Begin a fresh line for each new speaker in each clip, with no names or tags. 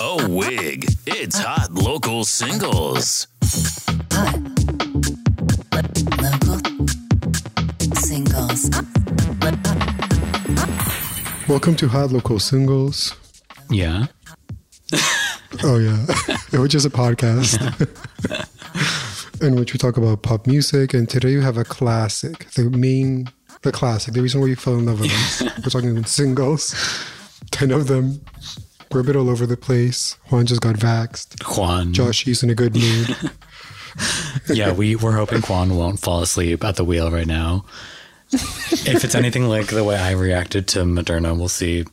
A wig. It's hot local singles.
Hot. Lo- local singles.
Welcome to Hot Local Singles.
Yeah.
Oh yeah, which is a podcast in which we talk about pop music. And today we have a classic, the main, the classic, the reason why you fell in love with us. We're talking about singles, ten of them. We're a bit all over the place. Juan just got vaxxed.
Quan.
Josh, he's in a good mood.
Yeah, we, we're hoping Quan won't fall asleep at the wheel right now. if it's anything like the way I reacted to Moderna, we'll see.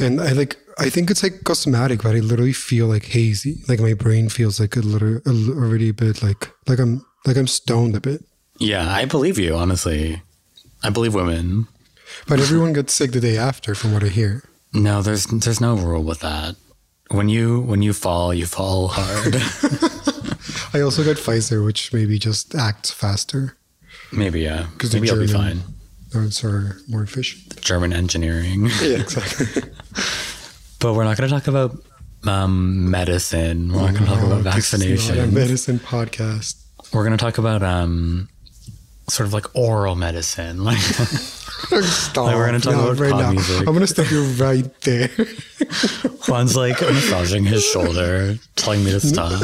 And I like, I think it's like cosmetic, but I literally feel like hazy. Like my brain feels like a little, a l- already a bit like, like I'm, like I'm stoned a bit.
Yeah, I believe you, honestly. I believe women.
But everyone gets sick the day after, from what I hear.
No, there's there's no rule with that. When you when you fall, you fall hard.
I also got Pfizer, which maybe just acts faster.
Maybe yeah.
'Cause the
Maybe you'll be
German-
fine.
Or it's are more efficient.
German engineering.
Yeah, exactly.
But we're not going to talk about um, medicine. We're not going to talk about
Not a
vaccination.
medicine podcast.
We're going to talk about um, sort of like oral medicine. Like
Stop.
Like, we're gonna talk
No,
about pop music.
I'm gonna stop you right there.
Juan's like massaging his shoulder, telling me to stop.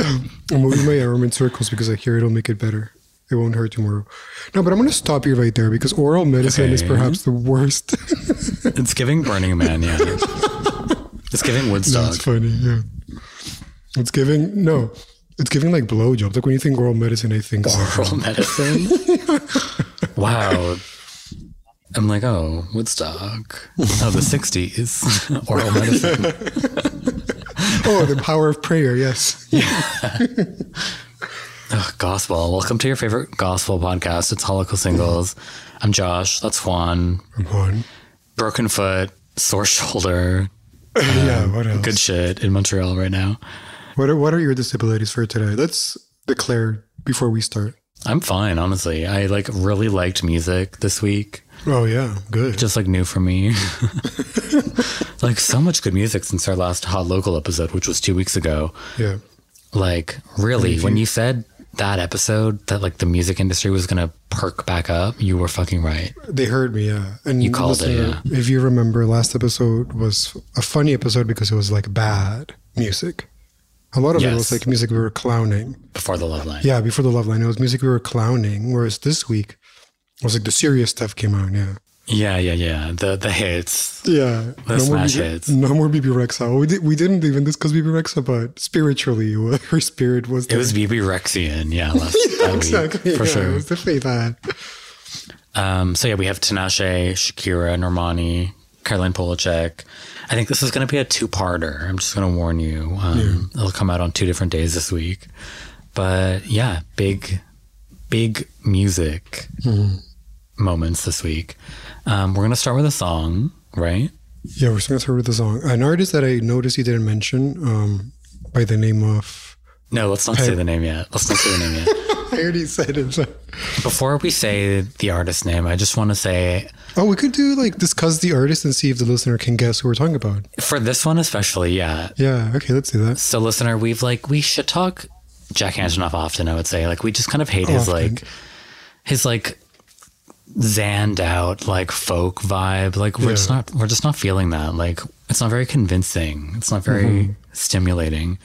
I'm moving my arm in circles because I hear it'll make it better. It won't hurt tomorrow. No, but I'm gonna stop you right there because oral medicine is
Okay.
perhaps the worst.
It's giving Burning Man, yeah. It's giving Woodstock.
That's funny. Yeah. It's giving no. It's giving like blowjobs. Like when you think oral medicine, I think
Oral medicine. wow. I'm like, oh, Woodstock. Oh, the 60s. Oral medicine.
oh, the power of prayer. Yes.
Ugh, Oh, gospel. Welcome to your favorite gospel podcast. It's Holocaust Singles. I'm Josh. That's Juan.
Come on.
Broken foot, sore shoulder.
yeah. What else?
Good shit in Montreal right now.
What are, what are your disabilities for today? Let's declare before we start.
I'm fine, honestly. I like really liked music this week.
Oh yeah, good.
just like new for me. like so much good music since our last Hot Local episode, which was two weeks ago.
yeah,
Like really, when you said that episode that like the music industry was gonna perk back up, you were fucking right.
they heard me. Yeah, and you
called it,
If you remember, last episode was a funny episode because it was like bad music. A lot of it was
Yes.
like music we were clowning.
Before the love line.
Yeah, before the love line, it was music we were clowning. Whereas this week, it was like the serious stuff came out. Yeah,
yeah, yeah. yeah. The the hits.
yeah.
The smash
BB,
hits.
No more BB Rexa. We, did, we didn't even discuss BB Rexa, but spiritually, her spirit was.
It
there.
was BB Rexian, yeah, last that week,
exactly
for
yeah, It
sure.
was definitely that.
Um, so yeah, we have Tinashe, Shakira, Normani, Caroline Polachek. I think this is going to be a two-parter. I'm just going to warn you. Um, It'll come out on two different days this week. But yeah, big, big music moments this week. Um, we're going to start with a song, right?
Yeah, we're just gonna start with the song. An artist that I noticed you didn't mention, um, by the name of
No, let's not say the name yet. Let's not say the name yet.
I already said it. so-
Before we say the artist name, I just want to say
Oh, we could do like discuss the artist and see if the listener can guess who we're talking about.
for this one especially, yeah,
Yeah, okay, let's do that.
So, listener, we've like we should talk Jack Antonoff often. I would say like we just kind of hate his
Often.
like his like zanned out like folk vibe. Like we're just
Yeah.
not we're just not feeling that. Like it's not very convincing. It's not very
Mm-hmm.
stimulating.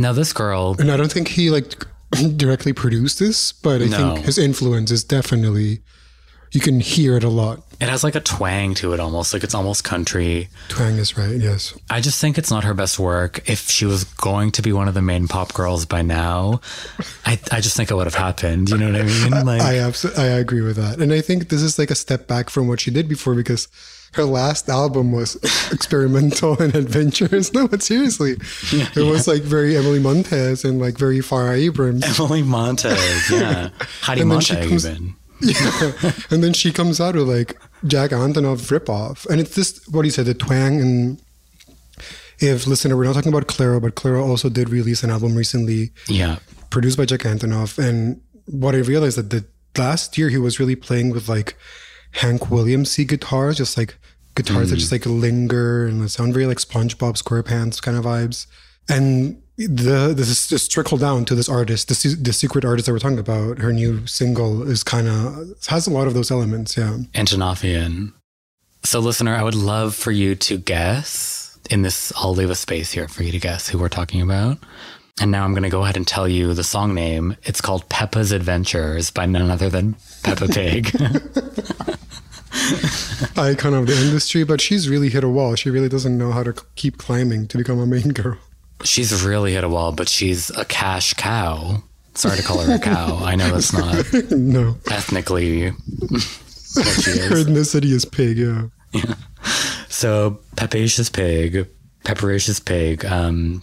Now this girl,
And I don't think he like directly produced this, but I
No.
think his influence is definitely you can hear it a lot.
it has like a twang to it almost. Like it's almost country.
Twang is right, yes.
I just think it's not her best work. If she was going to be one of the main pop girls by now, I I just think it would have happened. You know what I mean? Like
I abso- I agree with that. And I think this is like a step back from what she did before because her last album was experimental and adventurous. No, but seriously, it was like very Emily Montez and like very Farah Abrams.
Emily Montez, yeah. Heidi
And then she
Montez,
comes-
even.
and then she comes out with like Jack Antonoff ripoff. And it's just what he said, the twang and if listener, we're not talking about Clara, but Clara also did release an album recently
Yeah.
produced by Jack Antonoff. And what I realized that the last year he was really playing with like Hank Williamsy guitars, just like guitars that just like linger and sound very like SpongeBob SquarePants kind of vibes. and the this is just trickle down to this artist, the se- the secret artist that we're talking about. Her new single is kind of has a lot of those elements. Yeah,
Antonovian. So, listener, I would love for you to guess. In this, I'll leave a space here for you to guess who we're talking about. And now I'm going to go ahead and tell you the song name. It's called Peppa's Adventures by none other than Peppa Pig.
icon of the industry, but she's really hit a wall. She really doesn't know how to c- keep climbing to become a main girl.
she's really hit a wall, but she's a cash cow. Sorry to call her a cow. I know that's not
no,
ethnically what she is.
her ethnicity is pig. Yeah,
So Peppacious Pig, Pepperacious Pig, um,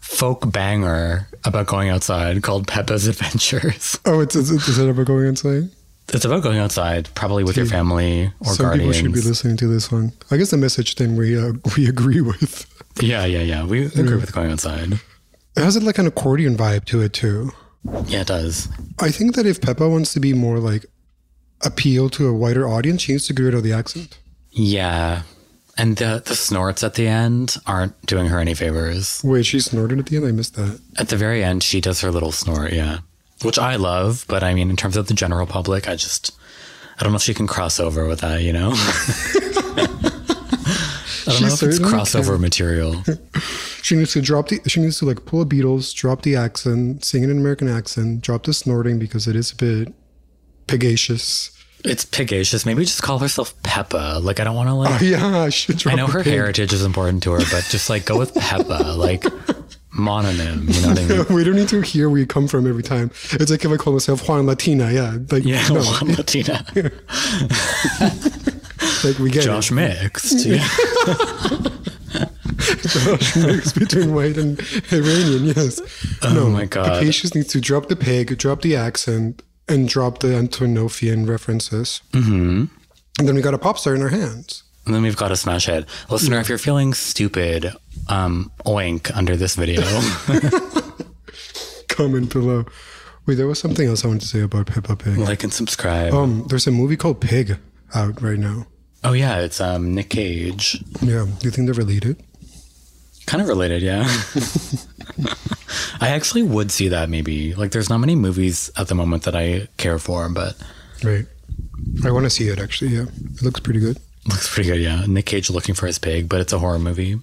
folk banger about going outside called Peppa's Adventures.
Oh, it's it's, it's ever going insane.
It's about going outside, probably with your family or
Some
guardians.
people should be listening to this one. I guess the message thing we uh, we agree with.
yeah, yeah, yeah. We agree with going outside.
It has like an accordion vibe to it too.
Yeah, it does.
I think that if Peppa wants to be more like appeal to a wider audience, she needs to get rid of the accent.
Yeah. And the, the snorts at the end aren't doing her any favors.
Wait, she snorted at the end. I missed that.
At the very end, she does her little snort, yeah. Which I love, but I mean, in terms of the general public, I just, I don't know if she can cross over with that, you know? I don't
She
know if it's
certainly
crossover
can.
material.
She needs to drop the. She needs to like pull a Beatles, drop the accent, sing in an American accent, drop the snorting because it is a bit pigacious.
It's pigacious. Maybe just call herself Peppa. Like, I don't want to, like,
Oh, Yeah, she dropped.
I know
the
her
pig.
heritage is important to her, but just like go with Peppa, like mononym, you know what I mean?
We don't need to hear where you come from every time. It's like if I call myself Juan Latina. Yeah, like
Yeah,
no,
one Latina.
like we get
Josh mixed. Yeah.
it. mix between white and Iranian. Yes.
Oh my God.
Cassius needs to drop the pig, drop the accent, and drop the Antonofian references. Mm-hmm. And then we got a pop star in our hands.
And then we've got a smash hit. Listener, if you're feeling stupid, um, oink under this video.
Comment below. Wait, there was something else I wanted to say about Peppa Pig.
like and subscribe. Oh.
Um, there's a movie called Pig out right now.
yeah, it's um Nick Cage.
Yeah, do you think they're related?
Kind of related, yeah. I actually would see that maybe. Like there's not many movies at the moment that I care for, but
Right. I want to see it actually. Yeah, it looks pretty good.
looks pretty good, yeah. Nick Cage looking for his pig, but it's a horror movie.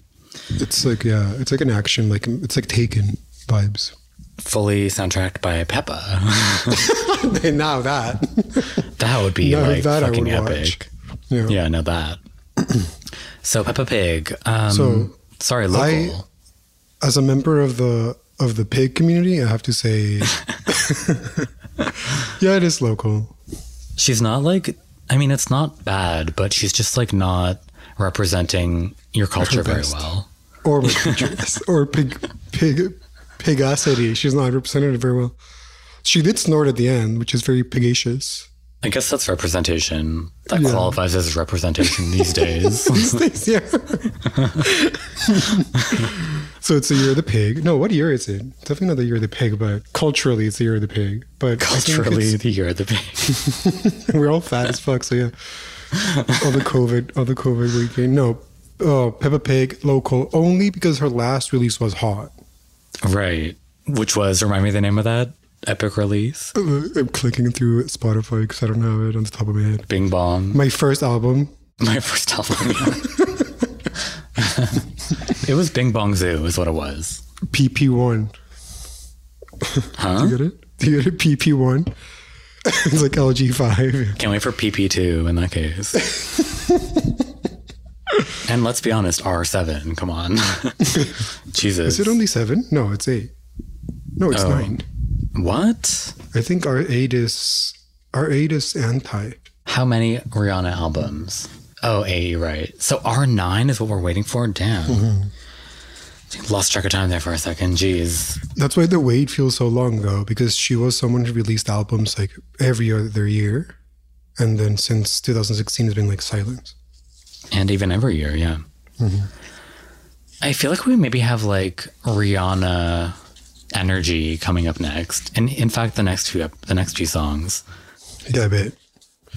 It's like yeah, it's like an action, like it's like Taken vibes.
Fully soundtracked by Peppa.
now that,
That would be
Now
like
that I
fucking
would watch.
epic.
yeah.
Yeah, now that. so Peppa Pig. Um
So,
sorry, local.
As a member of the of the pig community, I have to say, yeah, it is local.
She's not like, I mean, it's not bad, but she's just like not representing your culture very
best.
well.
Or with creatures. or pig pig pigacity. She's not represented very well. She did snort at the end, which is very pigacious.
I guess that's representation. That qualifies as representation these days.
These days, yeah. so it's the year of the pig. No, what year is it? Definitely not the year of the pig, but culturally it's the year of the pig. But I think
Culturally,
it's-
the year of the pig.
we're all fat as fuck. So yeah, all the COVID, all the COVID weekend. No, oh, Peppa Pig local only because her last release was hot.
Right. Which was, remind me the name of that epic release?
I'm clicking through Spotify because I don't have it on the top of my head.
Bing Bong.
My first album.
My first album. it was Bing Bong Zoo, is what it was.
PP1.
Huh?
You get it? Do you get it? PP1. it's like LG5.
Can't wait for PP2 in that case. and let's be honest, R7, come on.
Is
Jesus.
it only seven? No, it's eight. No, it's
Oh.
nine.
what?
I think our eight is our eight is anti.
How many Rihanna albums? Oh, A, right. So R9 is what we're waiting for? Damn.
Mm-hmm.
Lost track of time there for a second. Jeez.
That's why the wait feels so long though, because she was someone who released albums like every other year. And then since 2016 has been like silence.
And even every year, yeah.
Mm-hmm.
I feel like we maybe have like Rihanna energy coming up next. And in fact, the next few, ep- the next few songs.
Yeah, I bet.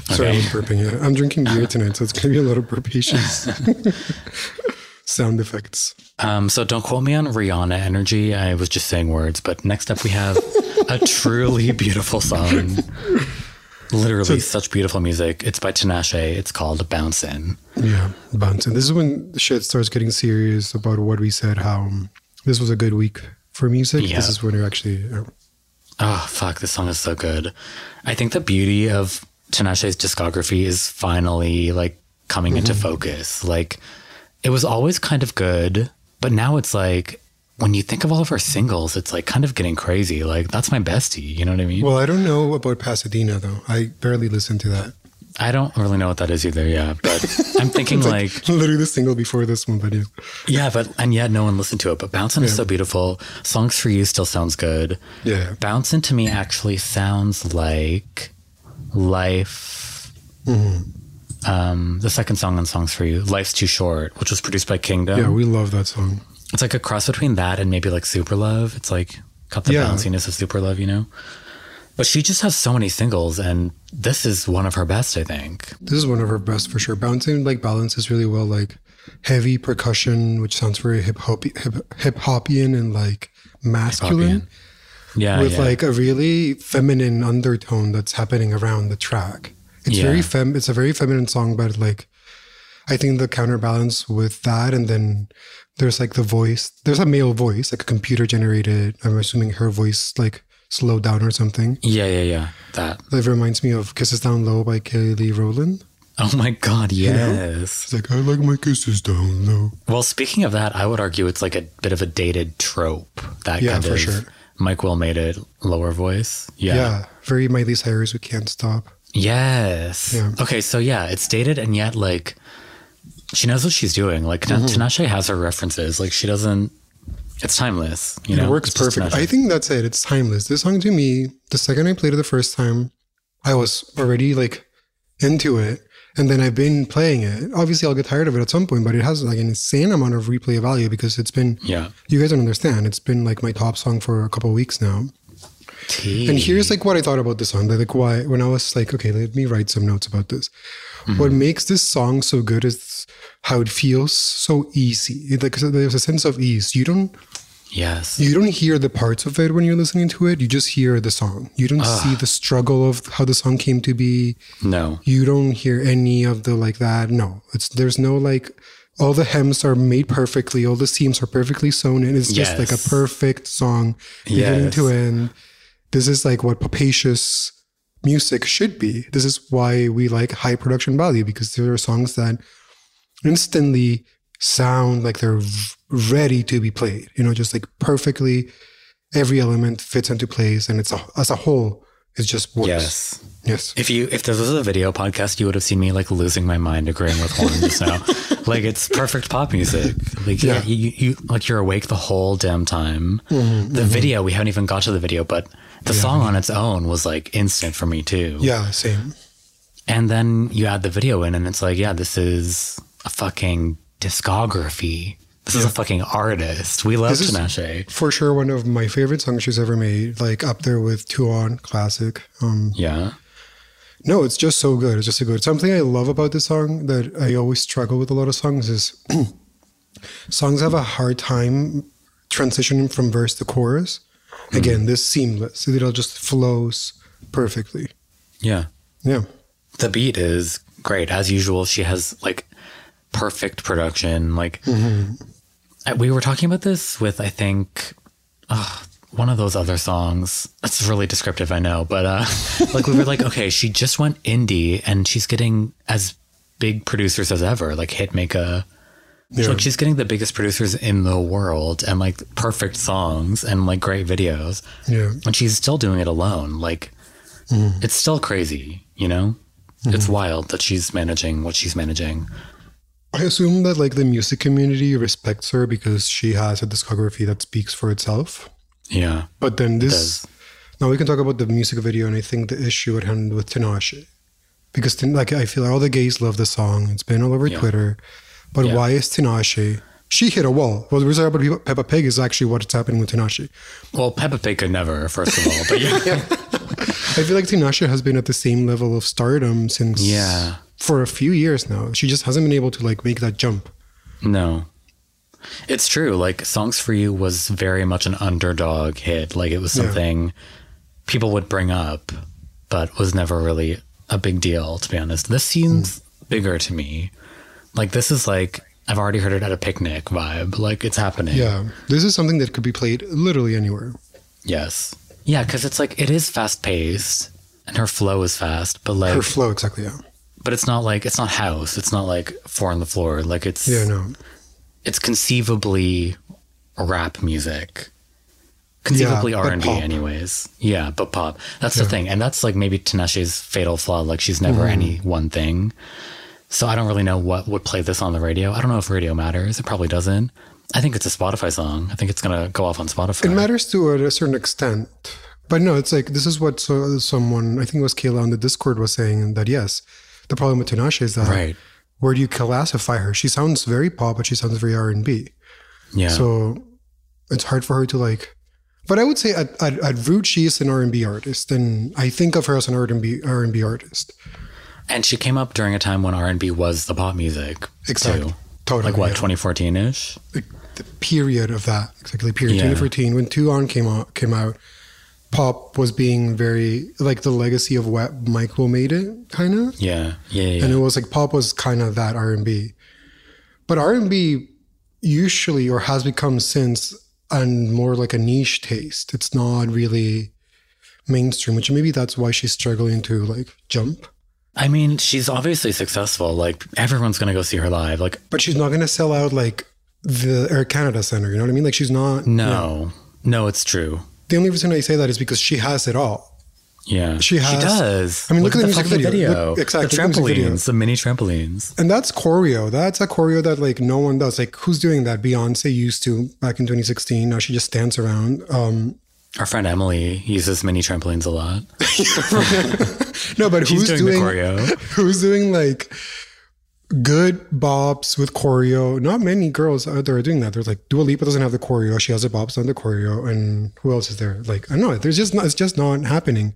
Sorry, I was burping. Yeah. I'm drinking beer tonight, so it's gonna be a lot of burpations. sound effects.
Um, so don't quote me on Rihanna energy. I was just saying words. But next up, we have a truly beautiful song. Literally, such beautiful music. It's by Tinashe. It's called Bounce In.
Yeah, bouncing. This is when shit starts getting serious about what we said. How um, this was a good week for music.
Yeah.
This is when you're actually. uh,
Oh, fuck. This song is so good. I think the beauty of Tinashe's discography is finally like coming into focus. Like, it was always kind of good, but now it's like, when you think of all of her singles, it's like kind of getting crazy. Like, that's my bestie. You know what I mean?
Well, I don't know about Pasadena though. I barely listened to that.
I don't really know what that is either. Yeah. But I'm thinking like,
Literally the single before this one, but yeah.
yeah, but, and yet no one listened to it. But Bouncing is
Yeah.
so beautiful. Songs for You still sounds good.
Yeah.
Bouncing to me actually sounds like Life.
Mm-hmm.
Um, the second song on Songs for You, Life's Too Short, which was produced by Kingdom.
Yeah, we love that song.
it's like a cross between that and maybe like Super Love. It's like got the
Yeah.
bounciness of Super Love, you know? But she just has so many singles, and this is one of her best, I think.
This is one of her best for sure. Bouncing like balances really well, like heavy percussion, which sounds very hip hop hip hopian and like masculine,
Yeah.
with
Oh, yeah.
like a really feminine undertone that's happening around the track. It's
Yeah.
very fem. It's a very feminine song, but like I think the counterbalance with that, and then there's like the voice. There's a male voice, like a computer generated. I'm assuming her voice like slowed down or something.
yeah, yeah, yeah. That.
That reminds me of "Kisses Down Low" by Kelly Rowland.
Oh my God,
know?
yes.
It's like I like my kisses down low.
Well, speaking of that, I would argue it's like a bit of a dated trope. That
Yeah,
kind
for
of
sure.
Mike Will made it lower voice. Yeah.
Yeah. very Miley Cyrus. We can't stop.
Yes.
Yeah.
Okay, so yeah, it's dated and yet like she knows what she's doing. Like Tan-
Mm-hmm.
Tinashe has her references. Like she doesn't. It's timeless. You know,
it works
It's just
perfect.
Tinashe.
I think that's it. It's timeless. This song to me, the second I played it the first time, I was already like into it, and then I've been playing it. Obviously, I'll get tired of it at some point, but it has like an insane amount of replay value because it's been.
yeah.
You guys don't understand. It's been like my top song for a couple weeks now.
Tea.
And here's like what I thought about this song. Like why when I was like, okay, let me write some notes about this. What makes this song so good is how it feels so easy. It, like there's a sense of ease. You don't
yes.
you don't hear the parts of it when you're listening to it. You just hear the song. You don't see the struggle of how the song came to be.
no.
You don't hear any of the like that. No. It's there's no like all the hems are made perfectly, all the seams are perfectly sewn in. It's just like
Yes.
a perfect song beginning
Yes.
to end. This is like what papacious music should be. This is why we like high production value because there are songs that instantly sound like they're v- ready to be played. You know, just like perfectly, every element fits into place, and it's a, as a whole, it just works.
Yes.
Yes.
If you if this was a video podcast, you would have seen me like losing my mind agreeing with Juan just now. like it's perfect pop music. Like yeah,
Yeah.
you, you like you're awake the whole damn time.
Mm-hmm,
the video we haven't even got to the video, but the song on its own was like instant for me too.
Yeah. Same.
And then you add the video in, and it's like, yeah, this is a fucking discography. This is a fucking artist. We love
This is-
Tinashe.
For sure, one of my favorite songs she's ever made, like up there with Two On Classic. Um,
yeah.
No, it's just so good. It's just so good. Something I love about this song that I always struggle with a lot of songs is songs have a hard time transitioning from verse to chorus. Again, this seamless. It all just flows perfectly.
Yeah.
Yeah.
The beat is great. As usual, she has like perfect production. Like, I- we were talking about this with, I think, uh, one of those other songs. That's really descriptive, I know. But uh, like, we were like, okay, she just went indie and she's getting as big producers as ever, like Hitmaker.
Yeah.
Like she's getting the biggest producers in the world and like perfect songs and like great videos.
yeah.
And she's still doing it alone. Like
Mm.
it's still crazy, you know? It's wild that she's managing what she's managing.
I assume that like the music community respects her because she has a discography that speaks for itself.
Yeah.
But then
does.
this now we can talk about the music video and I think the issue at hand with Tinashe. Because Tin- like I feel all the gays love the song. It's been all over
Yeah.
Twitter. But
Yeah.
why is Tinashe she hit a wall. Well, the reason about Peppa- Peppa Pig is actually what's happening with Tinashe.
Well, Peppa Pig could never, first of all. But yeah.
I feel like Tinashe has been at the same level of stardom since
Yeah.
for a few years now. She just hasn't been able to like make that jump.
no. It's true. Like Songs for You was very much an underdog hit. Like it was
Yeah.
something people would bring up, but was never really a big deal, to be honest. This seems
Mm.
bigger to me. Like this is like I've already heard it at a picnic vibe. Like it's happening.
Yeah, this is something that could be played literally anywhere.
Yes. Yeah, because it's like it is fast paced and her flow is fast, but like
Her flow, exactly. Yeah,
but it's not like it's not house. It's not like four on the floor. Like it's
yeah, no,
it's conceivably rap music conceivably
but
r&b
pop.
anyways yeah but pop that's the thing and that's like maybe Tinashe's fatal flaw like she's never
Mm-hmm.
any one thing so i don't really know what would play this on the radio i don't know if radio matters it probably doesn't i think it's a spotify song i think it's gonna go off on spotify
it matters to a certain extent, but no, it's like this is what so, someone I think it was Kayla on the Discord was saying that yes, the problem with Tinashe is that
right
where do you classify her? She sounds very pop, but she sounds very R and B.
yeah
So it's hard for her to like. But I would say at, at, at root she is an R and B artist, and I think of her as an R and B R and B artist.
and she came up during a time when r&b was the pop music
Exactly.
too.
Totally.
like what
yeah.
2014ish
the period of that exactly period
Yeah.
2014 when two on came out came out pop was being very like the legacy of what michael made it kind of
yeah yeah yeah,
and
yeah.
it was like pop was kind of that r&b but r&b usually or has become since and more like a niche taste it's not really mainstream which maybe that's why she's struggling to like jump
i mean she's obviously successful like everyone's gonna go see her live like
but she's not going to sell out like the air canada center you know what i mean like she's not
No, no, it's true.
the only reason i say that is because she has it all
Yeah,
She has-
does.
I mean, look at the music
fucking
video. Look- exactly,
The
look at the music video.
trampolines, the mini trampolines.
And that's choreo. That's a choreo that like no one does. Like who's doing that? Beyonce used to back in 2016. Now she just stands around. Um
Our friend Emily uses mini trampolines a lot.
No, but who's
She's doing,
doing,
the choreo.
who's doing like good bops with choreo? Not many girls out there are doing that. They're like Dua Lipa doesn't have the choreo. She has the bops on the choreo, and who else is there? Like I don't know. There's just not, it's just not happening.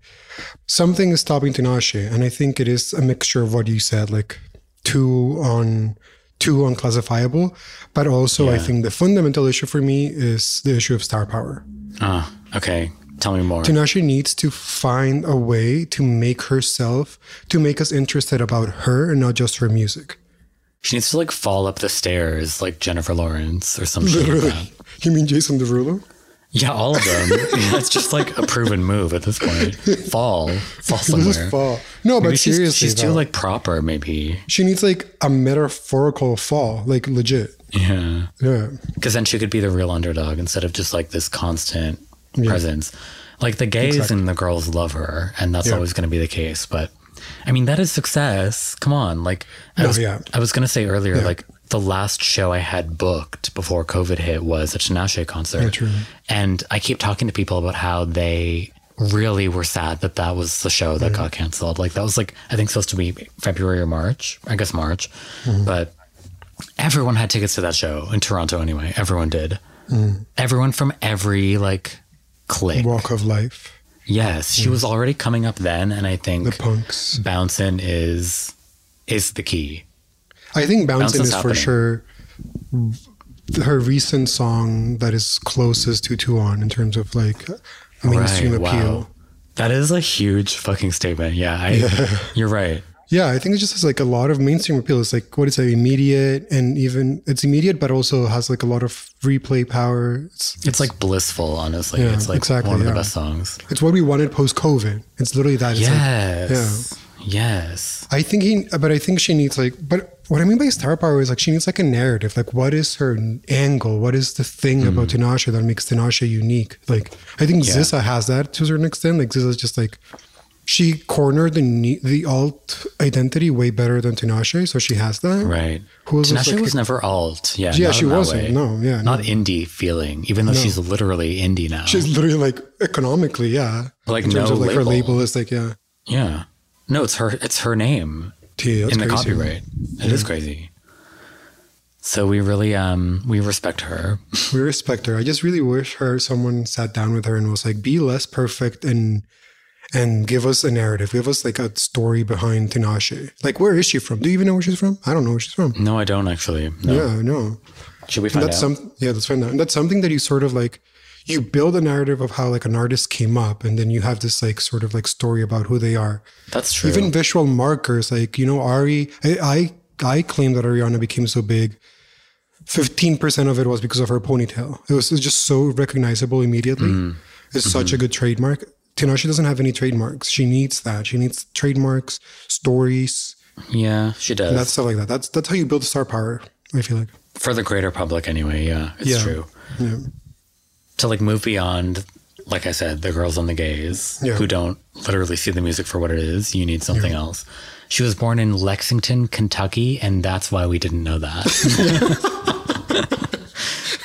Something is stopping Tinashe, and I think it is a mixture of what you said, like too on too unclassifiable, but also I think the fundamental issue for me is the issue of star power.
Ah, okay. Tell me more.
Tinashe needs to find a way to make herself, to make us interested about her and not just her music.
She needs to like fall up the stairs like Jennifer Lawrence or some shit. Like that.
Literally. You mean Jason Derulo?
Yeah, all of them. yeah, it's just like a proven move at this point. Fall, fall somewhere.
Just fall. No,
Maybe
but
she's,
seriously,
she's too
though,
like proper. Maybe.
she needs like a metaphorical fall, like legit.
Yeah.
Yeah.
Because then she could be the real underdog instead of just like this constant presence. Like the gays and the girls love her, and that's always going to be the case. But I mean, that is success. Come on. Like, I
No,
was,
Oh, yeah.
I was going to say earlier, like, the last show I had booked before COVID hit was a Tinashe concert. And I keep talking to people about how they really were sad that that was the show that got canceled. Like, that was like, I think supposed to be February or March, I guess March.
Mm-hmm.
But everyone had tickets to that show in Toronto anyway. Everyone did.
Mm.
Everyone from every like clique.
Walk of life.
yes, she was already coming up then, and I think
The punks.
bouncing is is the key.
I think Bouncing
Bouncing's
is for
happening.
sure her recent song that is closest to Tuan in terms of like mainstream appeal.
That is a huge fucking statement. Yeah, I, you're right.
Yeah, I think it just has like a lot of mainstream appeal. It's like what is it, immediate and even it's immediate, but also has like a lot of replay power. It's
It's like blissful, honestly.
Yeah,
it's like
exactly,
one of the
yeah.
best songs.
it's what we wanted post COVID. It's literally that. It's like,
Yes. Yes.
I think he, but I think she needs like, but what I mean by star power is like she needs like a narrative. Like, what is her angle? What is the thing about Tinashe that makes Tinashe unique? Like, I think
Mm. Yeah.
Zissa has that to a certain extent. Like, Zissa's just like, she cornered the ne- the alt identity way better than Tinashe, so she has that.
Right.
Who else is
Tinashe
like-
was never alt. Yeah.
Yeah,
not
she
in that
wasn't.
way.
No, yeah,
Not indie feeling, even though she's literally indie now.
She's literally like economically, yeah.
Like,
in terms
no
of like her
label.
label is like yeah.
Yeah. No, it's her. It's her name
T, that's
in the
crazy.
copyright. It is crazy. So we really, um, we respect her.
We respect her. I just really wish her someone sat down with her and was like, be less perfect and and give us a narrative. Give us like a story behind Tinashe. Like where is she from? Do you even know where she's from? I don't know where she's from.
No, I don't actually. No.
Yeah, no.
Should we
And
find
that's
out?
some yeah, let's find out. And that's something that you sort of like you build a narrative of how like an artist came up and then you have this like sort of like story about who they are.
that's true.
Even visual markers, like you know, Ari, I, I, I claim that Ariana became so big. Fifteen percent of it was because of her ponytail. It was just so recognizable immediately.
Mm.
It's
Mm-hmm.
such a good trademark. Tinashe doesn't have any trademarks. She needs that. She needs trademarks, stories,
yeah, she does.
and that stuff like that. That's that's how you build star power. I feel like.
for the greater public anyway yeah it's
Yeah.
true
Yeah.
to like move beyond like i said the girls and the gays
Yeah.
who don't literally see the music for what it is you need something else she was born in lexington kentucky and that's why we didn't know that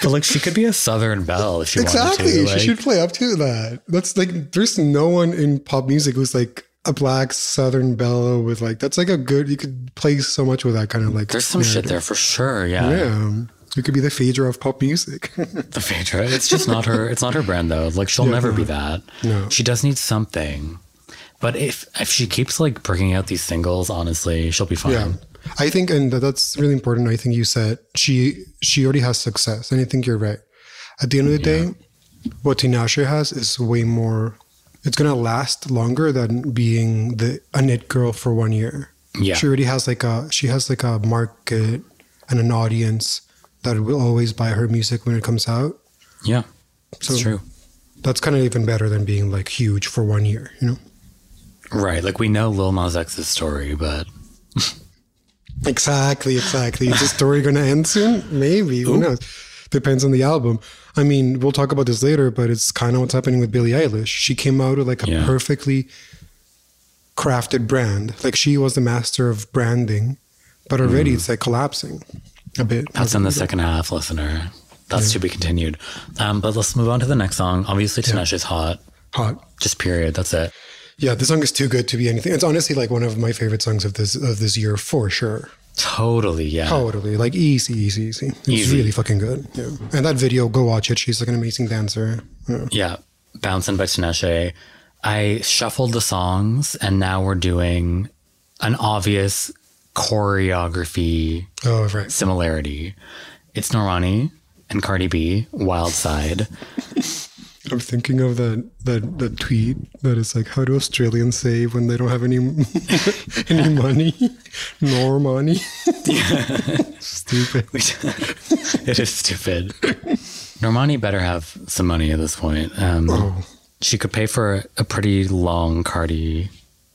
but like she could be a southern belle if she
Exactly.
wanted to like,
she should play up to that. That's like there's no one in pop music who's like a black southern belle with like that's like a good you could play so much with that kind of like
there's some shit there for sure yeah,
Yeah. You could be the Phaedra of pop music.
the Phaedra. it's just not her it's not her brand though like she'll never be that
No.
she does need something but if if she keeps like bringing out these singles honestly she'll be fine
yeah. I think and that- that's really important. I think you said she she already has success. And I think you're right. At the end of the day, what Tinashe has is way more it's gonna last longer than being the an it girl for one year.
yeah
she already has like a she has like a market and an audience that will always buy her music when it comes out
Yeah,
So-
it's true.
that's kind of even better than being like huge for one year you know
Right, like we know Lil Nas X's story, but
exactly exactly is the story gonna end soon maybe who knows depends on the album i mean we'll talk about this later but it's kind of what's happening with billie eilish she came out with like a
Yeah.
perfectly crafted brand like she was the master of branding but already it's like collapsing a bit
Mm. that's in the second half, listener. That's to be continued. Um, but let's move on to the next song. Obviously, Tinashe's is hot.
hot
Just period. That's it.
Yeah, this song is too good to be anything. It's honestly like one of my favorite songs of this of this year for sure.
Totally. Yeah.
Totally, like easy, easy, easy. It's
Easy.
really fucking good. Yeah, and that video, go watch it. She's like an amazing dancer. Yeah.
Yeah. Bouncing by Tinashe. I shuffled the songs, and now we're doing an obvious choreography
Oh right,
similarity. It's Normani and Cardi B, Wild Side.
I'm thinking of that that that tweet that is like, how do Australians save when they don't have any any money, nor money? Stupid.
Which- it is stupid. Normani better have some money at this point. Um,
Oh.
She could pay for a pretty long Cardi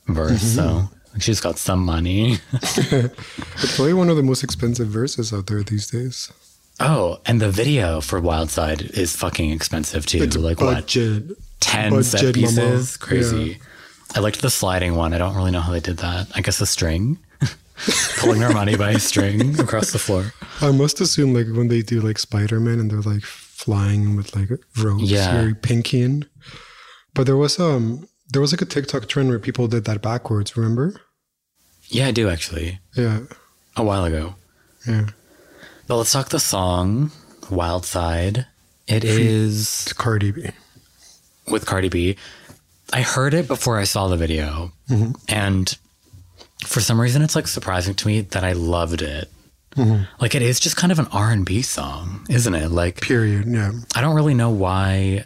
verse,
Mm-hmm.
so she's got some money.
It's probably one of the most expensive verses out there these days.
Oh, and the video for Wildside is fucking expensive too.
It's
like what,
budget.
ten set
budget, mama.
pieces? Crazy.
Yeah.
I liked the sliding one. I don't really know how they did that. I guess a string, pulling Normani by a string across the floor.
I must assume like when they do like Spider Man and they're like flying with like ropes,
Yeah.
very pinky in. But there was um there was like a TikTok trend where people did that backwards, remember?
Yeah, I do actually.
Yeah.
A while ago.
Yeah.
But let's talk the song Wild Side. It is
It's Cardi B.
with Cardi B. I heard it before I saw the video.
Mm-hmm.
And for some reason it's like surprising to me that I loved it.
Mm-hmm.
Like it is just kind of an R&B song, isn't it? Like
Period. Yeah.
I don't really know why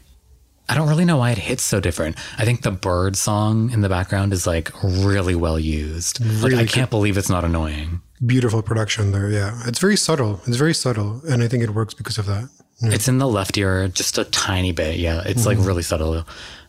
I don't really know why it hits so different. I think the bird song in the background is like really well used. Like I
Really
can't believe it's not annoying.
Beautiful production there, yeah. It's very subtle. It's very subtle. And I think it works because of that.
It's in the left ear, just a tiny bit. Yeah, it's
Hmm.
like really subtle.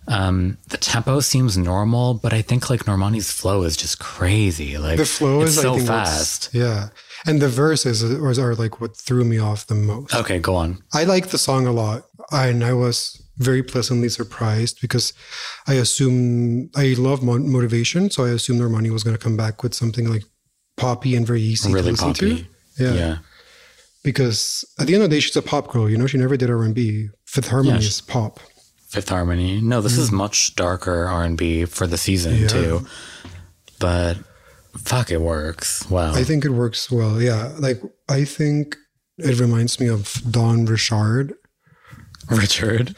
Um, the tempo seems normal, but I think like Normani's flow is just crazy. Like
The flow
it's
is
so
I think what's-
fast.
Yeah. And the verses are, are like what threw me off the most.
Okay, go on.
I liked the song a lot, and I was very pleasantly surprised because I assume I love mo- motivation, so I assumed Normani was going to come back with something like poppy and very easy to
Really
listen
poppy.
to. Yeah,
Yeah.
because at the end of the day, she's a pop girl. You know, she never did R and B. Fifth Harmony
Yeah, she-
is pop.
Fifth Harmony. No, this is much darker R and B for the season
Hmm. Yeah.
too. But fuck, it works. Wow.
I think it works well. Yeah, like I think it reminds me of Don Richard.
Richard.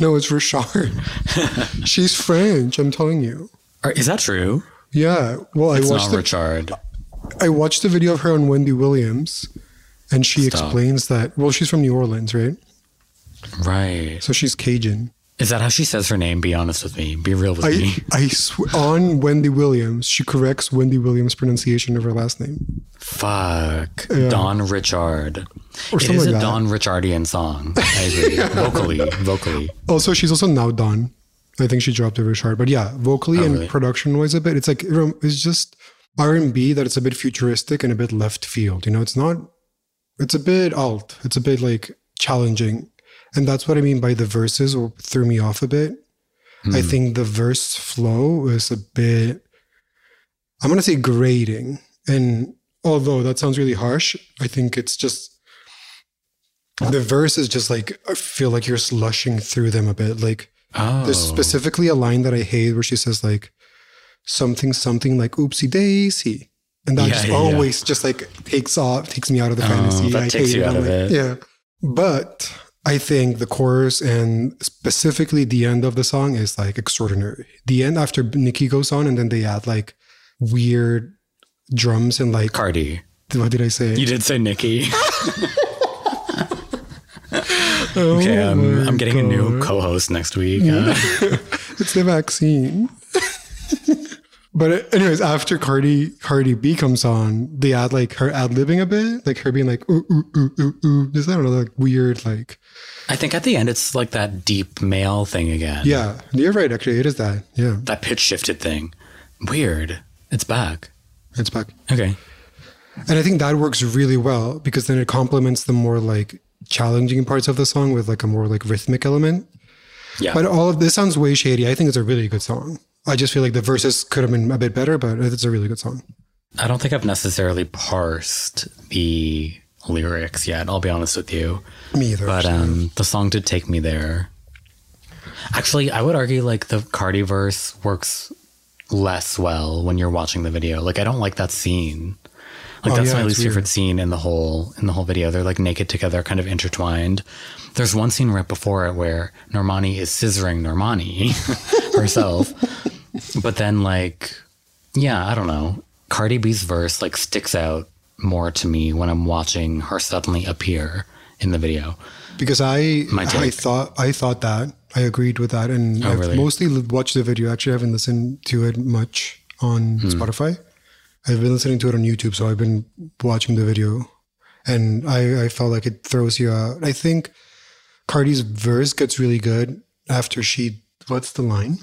No, it's Richard. she's French. I'm telling you.
Or, is that true?
Yeah. Well,
It's
I
not
watched the
Richard.
I watched the video of her on Wendy Williams, And she
Stop.
explains that, well, she's from New Orleans, right?
Right.
So she's Cajun.
Is that how she says her name? Be honest with me. Be real with me.
I, I sw- on Wendy Williams, she corrects Wendy Williams' pronunciation of her last name.
Fuck.
Yeah.
Don Richard.
Or
It
something
is
like
a
that.
Don Richardian song. I agree. Vocally. Vocally.
Also, she's also now Don. I think she dropped the Richard, but yeah, vocally
Oh,
and
really?
production wise a bit. It's like it rem- it's just R and B that it's a bit futuristic and a bit left field. You know, it's not. It's a bit alt. It's a bit like challenging, and that's what I mean by the verses or threw me off a bit. I
Hmm.
think the verse flow is a bit. I'm gonna say grating, and although that sounds really harsh, I think it's just the verse is just like I feel like you're slushing through them a bit. Like
Oh.
there's specifically a line that I hate where she says like something something like oopsie daisy. And that
Yeah,
just
yeah, yeah.
always just like takes off, takes me out of the
Oh,
fantasy.
that
I
takes
hate
you
it.
out
I'm
of
like,
it.
Yeah. But I think the chorus and specifically the end of the song is like extraordinary. The end after Nikki goes on and then they add like weird drums and like
Cardi.
what did I say?
You did say Nikki.
Oh
Okay, um,
my
I'm getting a new
God.
co-host next week. Uh,
It's the vaccine. but uh, anyways, after Cardi Cardi B comes on, they add like her ad libbing a bit, like her being like ooh ooh ooh ooh ooh. Just I don't know, like weird, like
I think at the end it's like that deep male thing again.
yeah. You're right, actually, it is that. Yeah,
That pitch shifted thing. Weird. It's back.
it's back,
Okay.
and I think that works really well because then it complements the more like challenging parts of the song with like a more like rhythmic element.
Yeah.
But all of this sounds way shady. I think it's a really good song. I just feel like the verses could have been a bit better, but it's a really good song.
I don't think I've necessarily parsed the lyrics yet. I'll be honest with you.
Me either.
But
actually.
um, the song did take me there. Actually, I would argue like the Cardi verse works less well when you're watching the video. Like I don't like that scene. Like
Oh,
that's
yeah,
my
it's
least
weird.
favorite scene in the whole in the whole video. They're like naked together, kind of intertwined. There's one scene right before it where Normani is scissoring Normani herself. But then like yeah, I don't know. Cardi B's verse like sticks out more to me when I'm watching her suddenly appear in the video.
because I
My
I
take.
thought I thought that I agreed with that, and
Oh,
I've
really?
mostly li- watched the video. Actually, I haven't listened to it much on
Hmm.
Spotify. I've been listening to it on YouTube, so I've been watching the video, and I I felt like it throws you out. I think Cardi's verse gets really good after she. What's the line?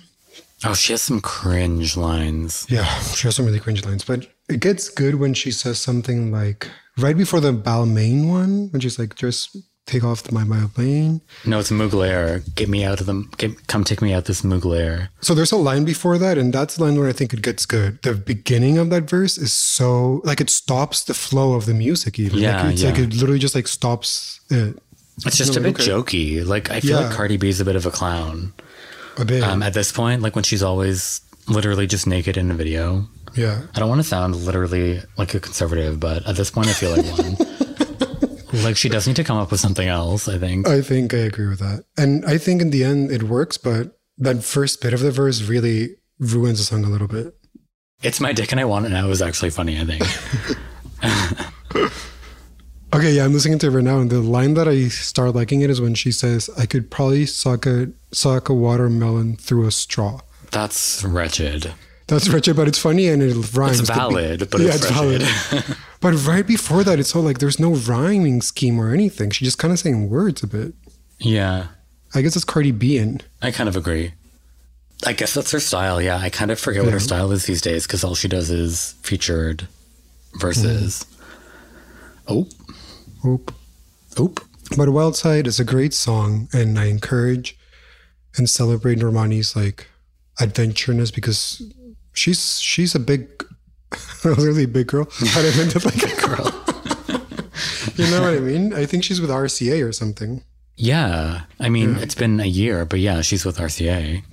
Oh, she has some cringe lines.
Yeah, she has some really cringe lines, but it gets good when she says something like right before the Balmain one, when she's like, "Just take off my Balmain."
No, it's Mugler. Get me out of the. Get, come take me out this Mugler.
So there's a line before that, and that's the line where I think it gets good. The beginning of that verse is so like it stops the flow of the music. Even
Yeah,
like, it's
yeah.
like it literally just like stops it
It's just a
No,
bit jokey. Like I feel like
Yeah.
Cardi B's a bit of a clown
a bit.
um, at this point. Like when she's always literally just naked in a video.
yeah,
I don't want to sound literally like a conservative, but at this point, I feel like one. like she does need to come up with something else. I think.
I think I agree with that, and I think in the end it works. But that first bit of the verse really ruins the song a little bit.
It's my dick and I want it now is actually funny. I think.
Okay, yeah, I'm listening to it right now, and the line that I start liking it is when she says, "I could probably suck a suck a watermelon through a straw."
That's wretched.
That's wretched, but it's funny and it rhymes.
It's
The-
valid, but it's wretched.
valid. but right before that, it's all like there's no rhyming scheme or anything. She's just kind of saying words a bit.
Yeah.
I guess it's Cardi B in.
I kind of agree. I guess that's her style. Yeah, I kind of forget what her style is these days because all she does is featured versus. Oh,
Oop.
oop.
But Wild Side is a great song, and I encourage and celebrate Normani's like adventureness because she's she's a big, a really big girl. I didn't mean to like a girl. you know what I mean? I think she's with RCA or something.
Yeah, I mean it's been a year, but yeah, she's with RCA.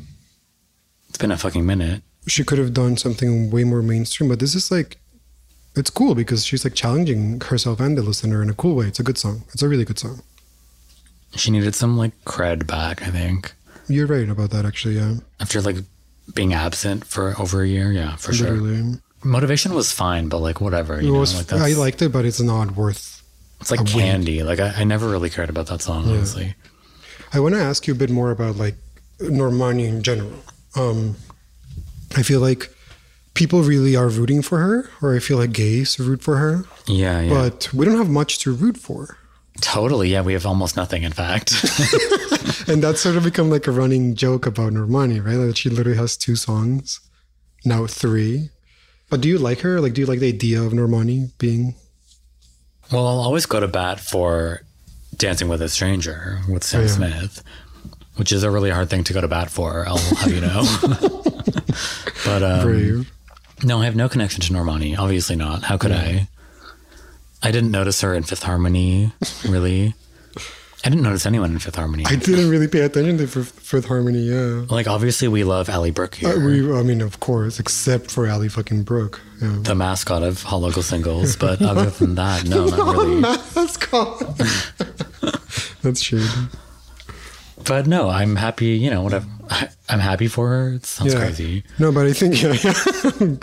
It's been a fucking minute.
she could have done something way more mainstream, but this is like it's cool because she's like challenging herself and the listener in a cool way. It's a good song. It's a really good song.
She needed some like cred back, I think,
You're right about that actually, yeah.
after like being absent for over a year. Yeah, for sure.
Literally.
Motivation was fine, but like whatever. You
it
know,
was
like that's,
I liked it, but it's not worth
It's like
A wing.
candy. Like I, I never really cared about that song, honestly.
I want to ask you a bit more about like Normani in general. Um, I feel like people really are rooting for her, or I feel like gays root for her,
Yeah, yeah.
but we don't have much to root for.
totally. Yeah, we have almost nothing, in fact.
And that's sort of become like a running joke about Normani, right? Like she literally has two songs, now three. But do you like her? Like, do you like the idea of Normani being?
well, I'll always go to bat for Dancing with a Stranger with Sam
Oh, yeah.
Smith, which is a really hard thing to go to bat for, I'll have you know. but um,
brave?
No, I have no connection to Normani. Obviously not. How could I? I didn't notice her in Fifth Harmony, really. I didn't notice anyone in Fifth Harmony.
I didn't really pay attention to Fifth, Fifth Harmony. Yeah,
like, obviously, we love Ally Brooke here,
Uh, we, I mean, of course, except for Ali fucking Brooke. Yeah.
the mascot of Hot Local Singles. But other than that, no, not really.
mascot. That's shady.
But no, I'm happy. You know, whatever. I, I'm happy for her. It sounds
Yeah.
crazy.
No, but I think yeah, yeah.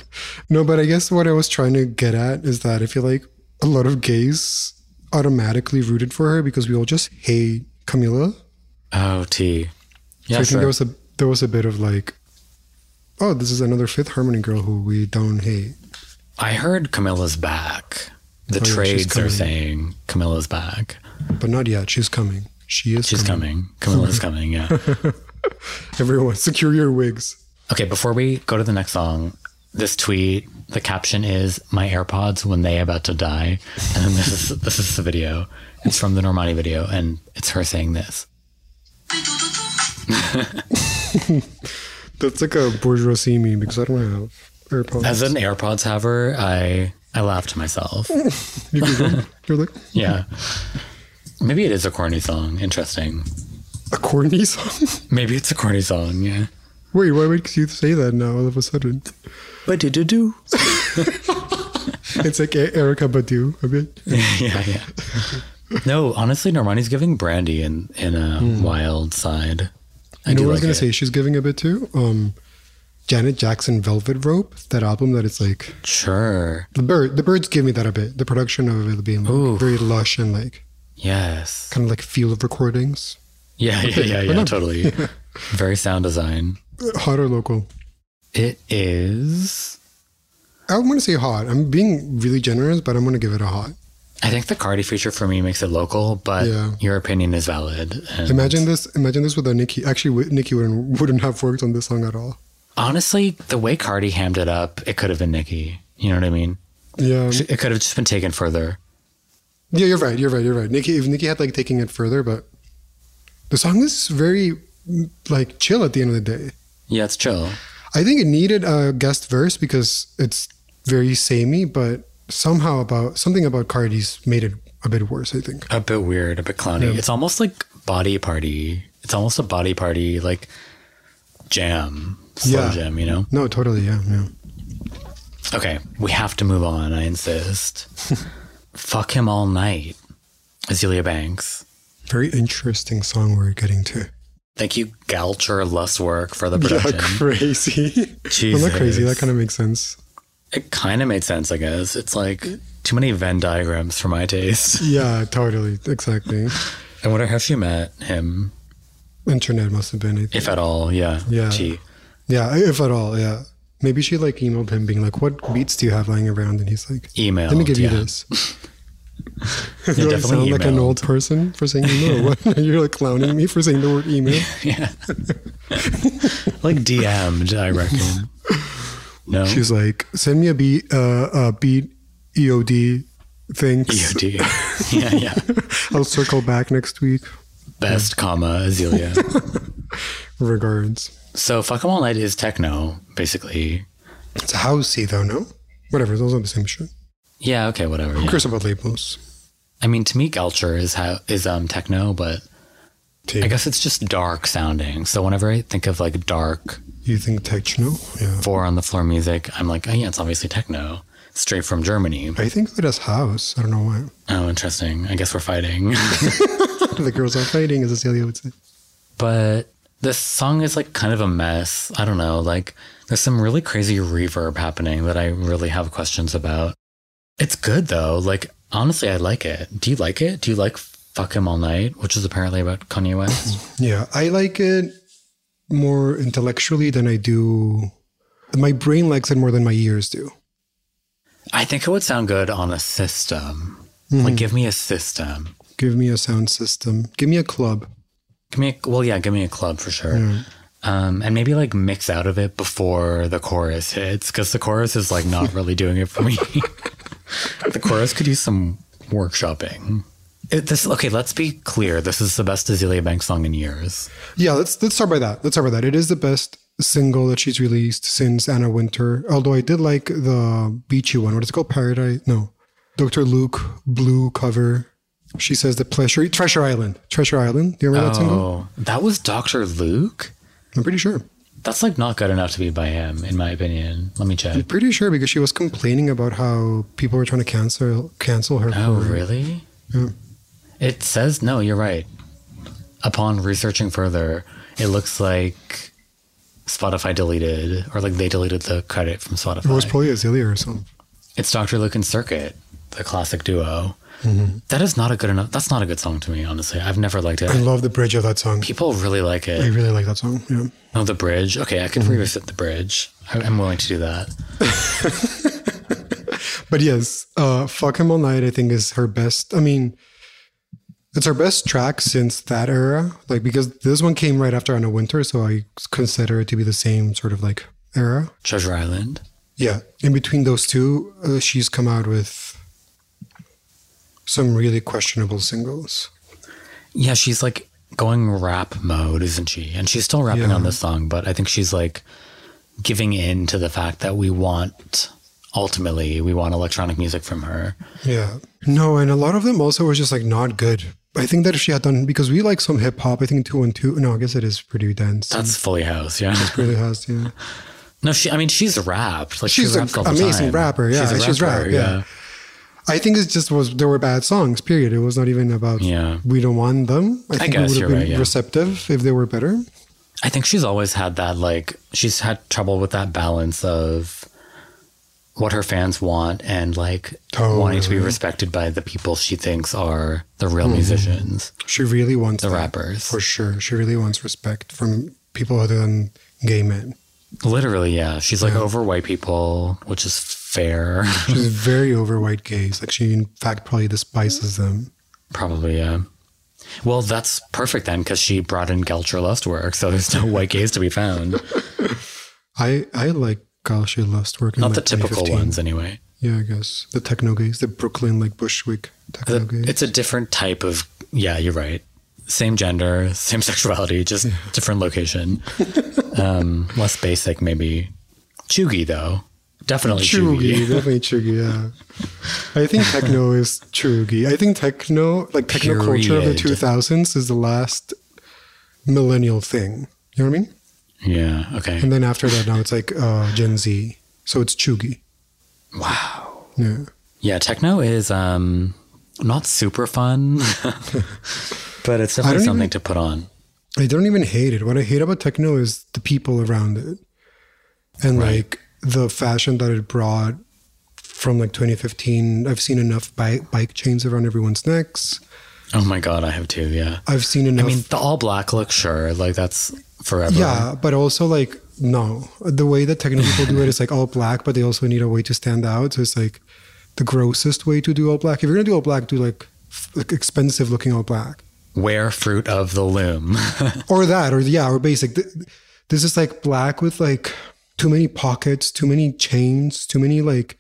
no, but I guess what I was trying to get at is that I feel like a lot of gays automatically rooted for her because we all just hate Camila.
Oh, T. Yeah,
I think
sure.
there was a there was a bit of like, oh, this is another Fifth Harmony girl who we don't hate.
I heard Camilla's back.
Oh, yeah,
The
she's
trades are
coming.
saying Camilla's back.
But not yet. She's coming. She is
She's coming. Camilla's coming. Yeah.
Everyone, secure your wigs.
Okay, before we go to the next song, this tweet, the caption is "My AirPods when they about to die," and then this is this is the video. It's from the Normani video, and it's her saying this.
That's like a bourgeoisie meme because I don't have AirPods.
As an AirPods haver, I I laughed to myself.
you Google, you're like
Yeah, maybe it is a corny song. Interesting.
a corny song.
Maybe it's a corny song. Yeah.
Wait, why would you say that now all of a sudden?
But do do do.
It's like E- Erica Badu a bit.
Yeah, yeah. No, honestly, Normani's giving Brandy in in a wild side.
Hmm.
I
You know
do
what I was
like
gonna
it.
say? She's giving a bit too. Um, Janet Jackson, Velvet Rope, that album that it's like
Sure.
the bird. The birds give me that a bit. The production of it being like
Ooh.
very lush and like
Yes.
kind of like feel of recordings.
Yeah, yeah, yeah,
Or
yeah,
not-
totally. Very sound design.
Hot or local?
It is.
I want to say hot. I'm being really generous, but I'm gonna give it a hot.
I think the Cardi feature for me makes it local, but
Yeah.
your opinion is valid. And
Imagine this. Imagine this without Nicki. Actually, with- Nicki wouldn't wouldn't have worked on this song at all.
honestly, the way Cardi hammed it up, it could have been Nicki. You know what I mean?
Yeah,
It could have just been taken further.
yeah. You're right. You're right. You're right. Nicki. If Nicki had like taking it further, but the song is very mm, like chill at the end of the day.
Yeah, it's chill.
I think it needed a guest verse because it's very samey, but somehow about something about Cardi's made it a bit worse. I think.
A bit weird, a bit clowny. It's almost like body party. It's almost a body party like jam, slow
Yeah.
jam. You know?
No, totally. Yeah, yeah.
Okay, we have to move on. I insist. Fuck him all night, Azealia Banks.
Very interesting song we're getting to.
Thank you, Galcher Lustwork, for the production.
crazy. well, not crazy. That kind of makes sense.
it kind of made sense, I guess. It's like too many Venn diagrams for my taste.
Yeah, totally. Exactly.
I wonder how she met him,
Internet must have been. I think.
if at all. Yeah.
Yeah.
Gee.
Yeah, if at all. Yeah. Maybe she like emailed him being like, "What beats do you have lying around?" And he's like,
Email.
"Let me give
yeah.
you this."
Yeah,
Do I
definitely
sound like an
emailed.
old person for saying email? What? You're like clowning me for saying the word email.
Yeah. like DM'd, I reckon. No.
She's like, send me a beat, uh, a E beat, EOD,
E
thanks.
EOD. yeah, yeah.
I'll circle back next week.
Best comma, Azealia.
Regards.
so Fuck 'em All Night is techno, basically.
It's housey though, no? Whatever, those are the same shit.
Yeah, okay, whatever.
Who
yeah.
cares about labels?
I mean, to me, Galcher is how is um techno, but I
Take.
guess it's just dark sounding. So whenever I think of like dark
You think techno? Yeah.
four on the floor music, I'm like, oh yeah, it's obviously techno, straight from Germany.
I think of it as house. I don't know why.
Oh, interesting. I guess we're fighting.
the girls are fighting, as Cecilia would say.
but this song is like kind of a mess. I don't know. Like there's some really crazy reverb happening that I really have questions about. It's good though. Like Honestly, I like it. Do you like it? Do you like Fuck Him All Night, which is apparently about Kanye West?
Yeah, I like it more intellectually than I do. My brain likes it more than my ears do.
I think it would sound good on a system. Like, give me a system.
Give me a sound system. Give me a club.
Give me, a, well, yeah, give me a club for sure. Um, and maybe like mix out of it before the chorus hits, because the chorus is like not really doing it for me. the chorus could use some workshopping. It, this okay. Let's be clear. This is the best Azealia Banks song in years.
Yeah, let's let's start by that. Let's start by that. It is the best single that she's released since Anna Winter. Although I did like the beachy one. What is it called? Paradise? No, Doctor Luke blue cover. She says the pleasure Treasure Island. Treasure Island. Do you remember that single?
Oh, that was Doctor Luke.
I'm pretty sure.
That's like not good enough to be by him, in my opinion. Let me check.
Pretty sure because she was complaining about how people were trying to cancel cancel her.
Oh,
for-
really? It says no, you're right. Upon researching further, it looks like Spotify deleted, or like they deleted the credit from Spotify.
It was probably Azealia or something.
it's Dr. Luke and Circuit, the classic duo. That is not a good enough. That's not a good song to me, honestly. I've never liked
Mm-hmm. I
it.
love the bridge of that song.
People really like
I
it.
really like that song. Yeah.
Oh, the bridge. Okay, I can
Mm-hmm.
revisit the bridge. I- I'm willing to do that.
But yes, uh, Fuck Him All Night, I think, is her best. I mean, it's her best track since that era. Like, because this one came right after Anna Winter, so I consider it to be the same sort of like era.
Treasure Island.
Yeah. In between those two, uh, she's come out with some really questionable singles.
Yeah, she's like going rap mode, isn't she? And she's still rapping on this song, but I think she's like giving in to the fact that we want ultimately we want electronic music from her.
Yeah. No, and a lot of them also were just like not good. I think that if she had done, because we like some hip hop, I think 212, no, I guess it is pretty dense.
That's fully house, yeah.
really has, yeah.
No, she I mean she's rapped. Like
She's
she
an
raps all the
amazing
time.
rapper, yeah,
She's a
she's
rapper,
rap, yeah. I think it just was there were bad songs. Period. It was not even about
Yeah.
we don't want them. I think
guess
we would
you're
have been
right, yeah.
receptive if they were better.
I think she's always had that like she's had trouble with that balance of what her fans want and like wanting to be
Totally.
respected by the people she thinks are the real musicians,
She really wants
the
that,
rappers.
for sure. She really wants respect from people other than gay men.
Literally, yeah. She's like over white people, which is fair.
She's very over white gays. Like she, in fact, probably despises them.
Probably, yeah. Well, that's perfect then, because she brought in Gelcher Lust work, so there's no white gays to be found.
I I like Kyle She Lust work. in,
Not
like,
the typical
2015.
ones, anyway.
Yeah, I guess the techno gays, the Brooklyn like Bushwick techno
The-
gays.
Uh, It's a different type of. Yeah, you're right. Same gender, same sexuality, just different location. um, less basic, maybe. Chugi, though. Definitely Chugi.
Chugi, definitely Chugi, yeah. I think techno is Chugi. I think techno, like techno culture of the
Period.
2000s, is the last millennial thing. You know what I mean?
Yeah, okay.
And then after that, now it's like uh, Gen Z. So it's Chugi.
Wow.
Yeah.
Yeah, techno is um, not super fun, but it's definitely
don't
something
even-
to put on.
I don't even hate it. What I hate about techno is the people around it and
Right.
like the fashion that it brought from like 2015. I've seen enough bike, bike chains around everyone's necks.
Oh my god, I have two. Yeah,
I've seen
I
enough
mean the all black look, sure, like that's forever.
Yeah, but also like no, the way that techno people do it is like all black, but they also need a way to stand out. So it's like the grossest way to do all black. If you're gonna do all black, do like, f- like expensive looking all black,
wear fruit of the loom.
or that, or yeah, or basic. Th- This is like black with like too many pockets, too many chains, too many like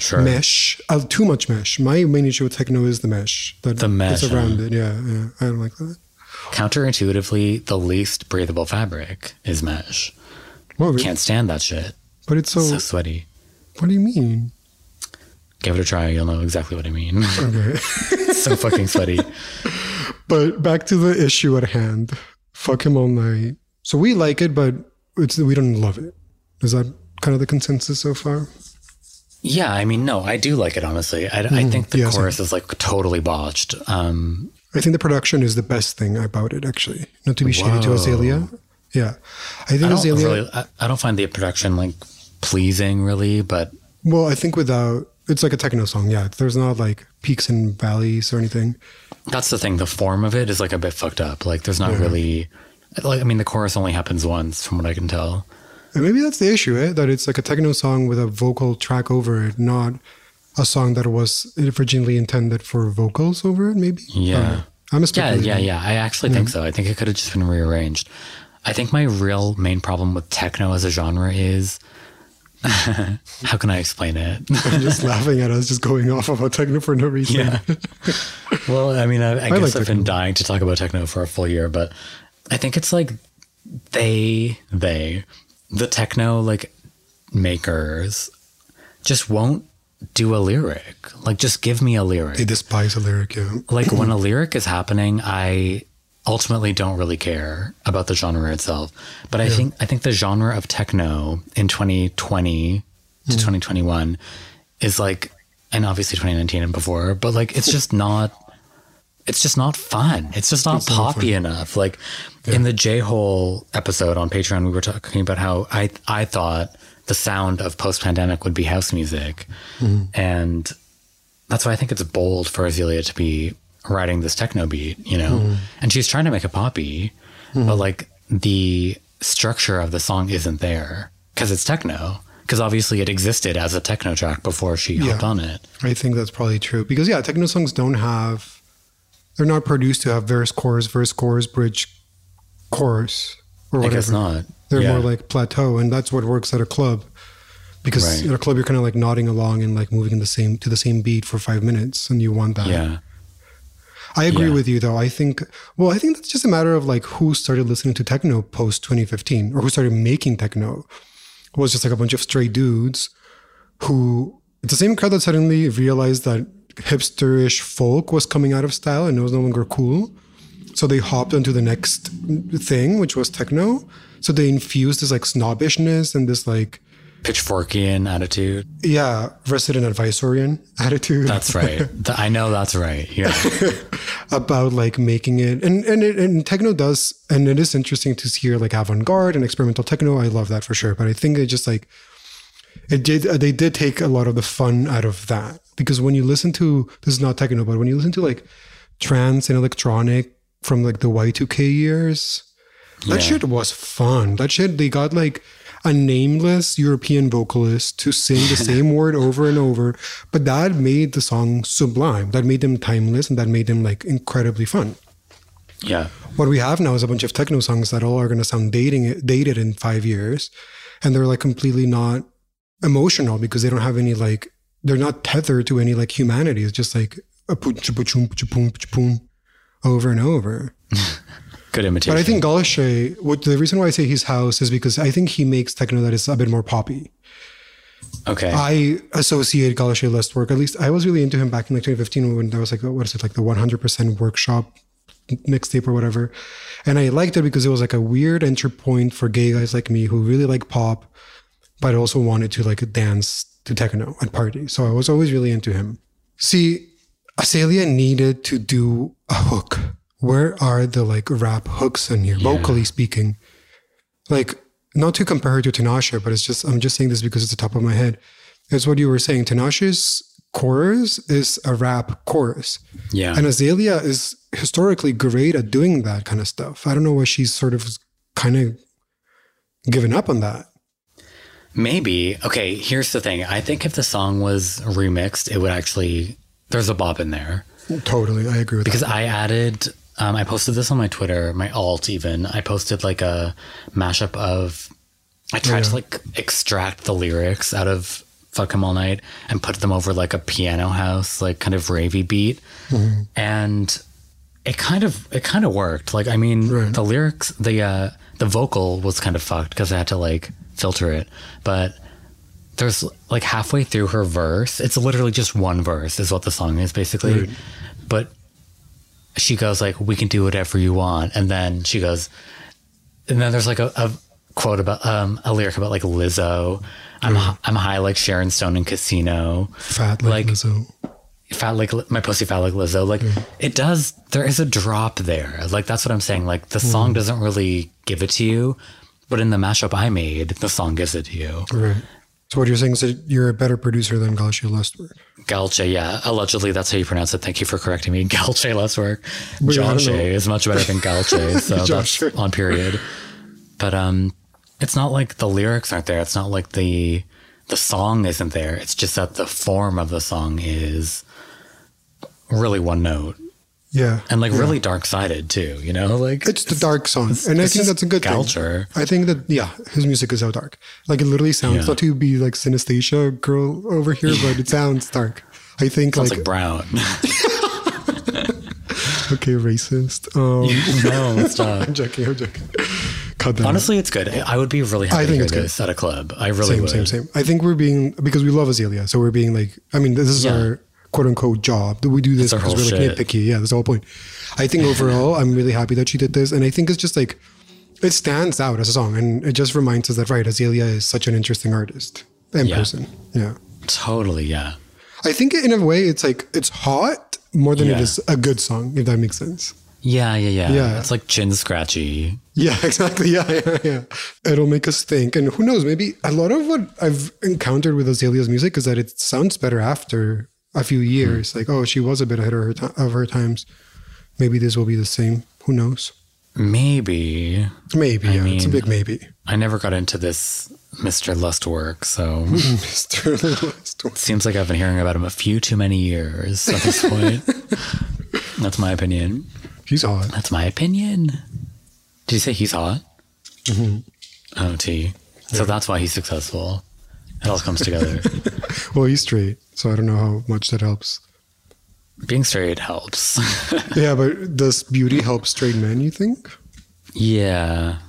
sure,
mesh, uh, too much mesh. My main issue with techno is the mesh that
The mesh,
that's around it. Yeah, yeah, I don't like that.
counterintuitively, the least breathable fabric is mesh.
Well,
Can't stand that shit.
but it's so.
So sweaty.
What do you mean?
Give it a try, you'll know exactly what I mean.
Okay.
so fucking sweaty.
But back to the issue at hand. Fuck him all night. So we like it, but it's we don't love it. Is that kind of the consensus so far?
Yeah, I mean, no, I do like it honestly. I, I think the
Mm, yeah, same.
chorus is like totally botched. Um,
I think the production is the best thing about it, actually. Not to be shitty to Azalea. Yeah. I think
I don't
Azalea.
really. I, I don't find the production like pleasing really, but
well, I think without It's like a techno song. Yeah, there's not like peaks and valleys or anything.
That's the thing. The form of it is like a bit fucked up. Like there's not really. Like I mean, the chorus only happens once, from what I can tell.
And maybe that's the issue, eh? That it's like a techno song with a vocal track over it, not a song that was originally intended for vocals over it. Maybe.
Yeah.
I don't know. I'm a
Yeah,
speculator.
yeah, yeah. I actually think so. I think it could have just been rearranged. I think my real main problem with techno as a genre is how can I explain it?
I'm just laughing at us just going off about techno for no reason.
Yeah. well, I mean, I, I, guess
like
I've been dying to talk about techno for a full year, but I think it's like they, they, the techno like makers just won't do a lyric. Like, just give me a lyric.
They despise a lyric. Yeah.
like when a lyric is happening, I ultimately don't really care about the genre itself. But I think I think the genre of techno in 2020 to
Hmm.
2021 is like and obviously 2019 and before, but like it's just not it's just not fun. It's just not poppy enough. Like in the J Hole episode on Patreon, we were talking about how I I thought the sound of post pandemic would be house music, Mm-hmm. and that's why I think it's bold for Azealia to be writing this techno beat. You know, and she's trying to make a poppy, but like the structure of the song isn't there because it's techno. Because obviously it existed as a techno track before she hopped on it.
I think that's probably true because yeah, techno songs don't have they're not produced to have verse, chorus, verse, chorus, bridge, chorus, or
I
whatever.
guess not.
They're
Yeah.
more like plateau, and that's what works at a club because
Right.
at a club you're kind of like nodding along and like moving in the same to the same beat for five minutes, and you want that.
yeah.
I agree
Yeah.
with you though. I think well, I think that's just a matter of like who started listening to techno post 2015 or who started making techno. It was just like a bunch of stray dudes who it's the same crowd that suddenly realized that hipsterish folk was coming out of style and it was no longer cool. So they hopped onto the next thing, which was techno. So they infused this like snobbishness and this like
Pitchforkian attitude.
yeah, resident advisorian attitude.
That's right. Th- I know that's right. Yeah.
about like making it and and it, and techno does and it is interesting to hear like avant-garde and experimental techno i love that for sure but i think it just like it did uh, they did take a lot of the fun out of that because when you listen to this is not techno but when you listen to like trance and electronic from like the y2k years that shit was fun that shit they got like a nameless European vocalist to sing the same word over and over, but that made the song sublime. That made them timeless, and that made them like incredibly fun
Yeah.
what we have now is a bunch of techno songs that all are going to sound dating dated in five years, and they're like completely not emotional because they don't have any like they're not tethered to any like humanity. It's just like a poom cha-poom cha-poom cha-poom over and over.
Good imitation.
But I think Galashay, what the reason why I say his house is because I think he makes techno that is a bit more poppy.
okay.
I associate Galashay less work. At least I was really into him back in like 2015 when that was like what is it like the 100% workshop mixtape or whatever, and I liked it because it was like a weird entry point for gay guys like me who really like pop, but also wanted to like dance to techno at parties. So I was always really into him. See, Asalia needed to do a hook. Where are the like rap hooks in here, vocally speaking? Like, not to compare her to Tinashe, but it's just, I'm just saying this because it's the top of my head. It's what you were saying. Tinashe's chorus is a rap chorus.
yeah.
And Azalea is historically great at doing that kind of stuff. I don't know why she's sort of kind of given up on that.
Maybe. Okay. Here's the thing. I think if the song was remixed, it would actually, there's a bop in there.
Totally. I agree with
because I added, um, I posted this on my Twitter, my alt even. I posted like a mashup of, I tried to like extract the lyrics out of "Fuck 'Em All Night" and put them over like a piano house, like kind of ravey beat, and it kind of it kind of worked. Like I mean, the lyrics, the uh, the vocal was kind of fucked because I had to like filter it, but there's like halfway through her verse. It's literally just one verse, is what the song is basically. But she goes like, "We can do whatever you want," and then she goes, and then there's like a, a quote about um, a lyric about like Lizzo. I'm hi- I'm high like Sharon Stone in Casino.
that. Fat like,
like-
Lizzo.
Fat like li- my pussy fat like Lizzo. Like it does. There is a drop there. Like that's what I'm saying. Like the song doesn't really give it to you, but in the mashup I made, the song gives it to you.
Right. So what you're saying is that you're a better producer than Galasha Lustberg.
Galche, yeah. Allegedly, that's how you pronounce it. Thank you for correcting me. Galche, less work.
Well, yeah, I don't
Jonche
know.
is much better than Galche. So that's
Jonche.
on period. But um, it's not like the lyrics aren't there. It's not like the the song isn't there. It's just that the form of the song is really one note
Yeah.
and like really dark sided too. You know, like
It's the dark song, and I
it's
think
just
that's a good
Goucher.
thing. I think that yeah, his music is so dark. Like it literally sounds
Yeah.
not to be like synesthesia girl over here, but it sounds dark. I think
sounds
like,
like brown.
okay, racist. Um,
no, stop.
I'm joking. I'm joking. Cut that. out.
Honestly, it's good. I would be really happy
I
to
think
hear
it's good.
this at a club. I really
same,
would.
same, same. I think we're being because we love Azalea, so we're being like. I mean, this is
Yeah.
our quote unquote job that we do this
our
because we're
whole
like
shit.
nitpicky. Yeah, that's the whole point. I think overall, I'm really happy that she did this, and I think it's just like it stands out as a song, and it just reminds us that right, Azalea is such an interesting artist and
Yeah.
person. Yeah,
Totally, yeah.
I think in a way, it's like it's hot more than it
Yeah.
is a good song, if that makes sense.
Yeah, yeah, yeah.
Yeah.
It's like chin scratchy.
Yeah, exactly. Yeah, yeah, yeah. It'll make us think. And who knows, maybe a lot of what I've encountered with Azalea's music is that it sounds better after a few
Hmm.
years. Like, oh, she was a bit ahead of her, ti- of her times. Maybe this will be the same. Who knows?
Maybe.
Maybe. yeah, it's a
mean-
big maybe.
I never got into this Mr. Lust work, so
Mr. Lewis.
seems like I've been hearing about him a few too many years at this point. That's my opinion.
He's hot.
That's my opinion. Did you say he's hot? Oh, T. So that's why he's successful. It all comes together.
Well, he's straight, so I don't know how much that helps.
Being straight helps.
Yeah, but does beauty help straight men, you think?
yeah.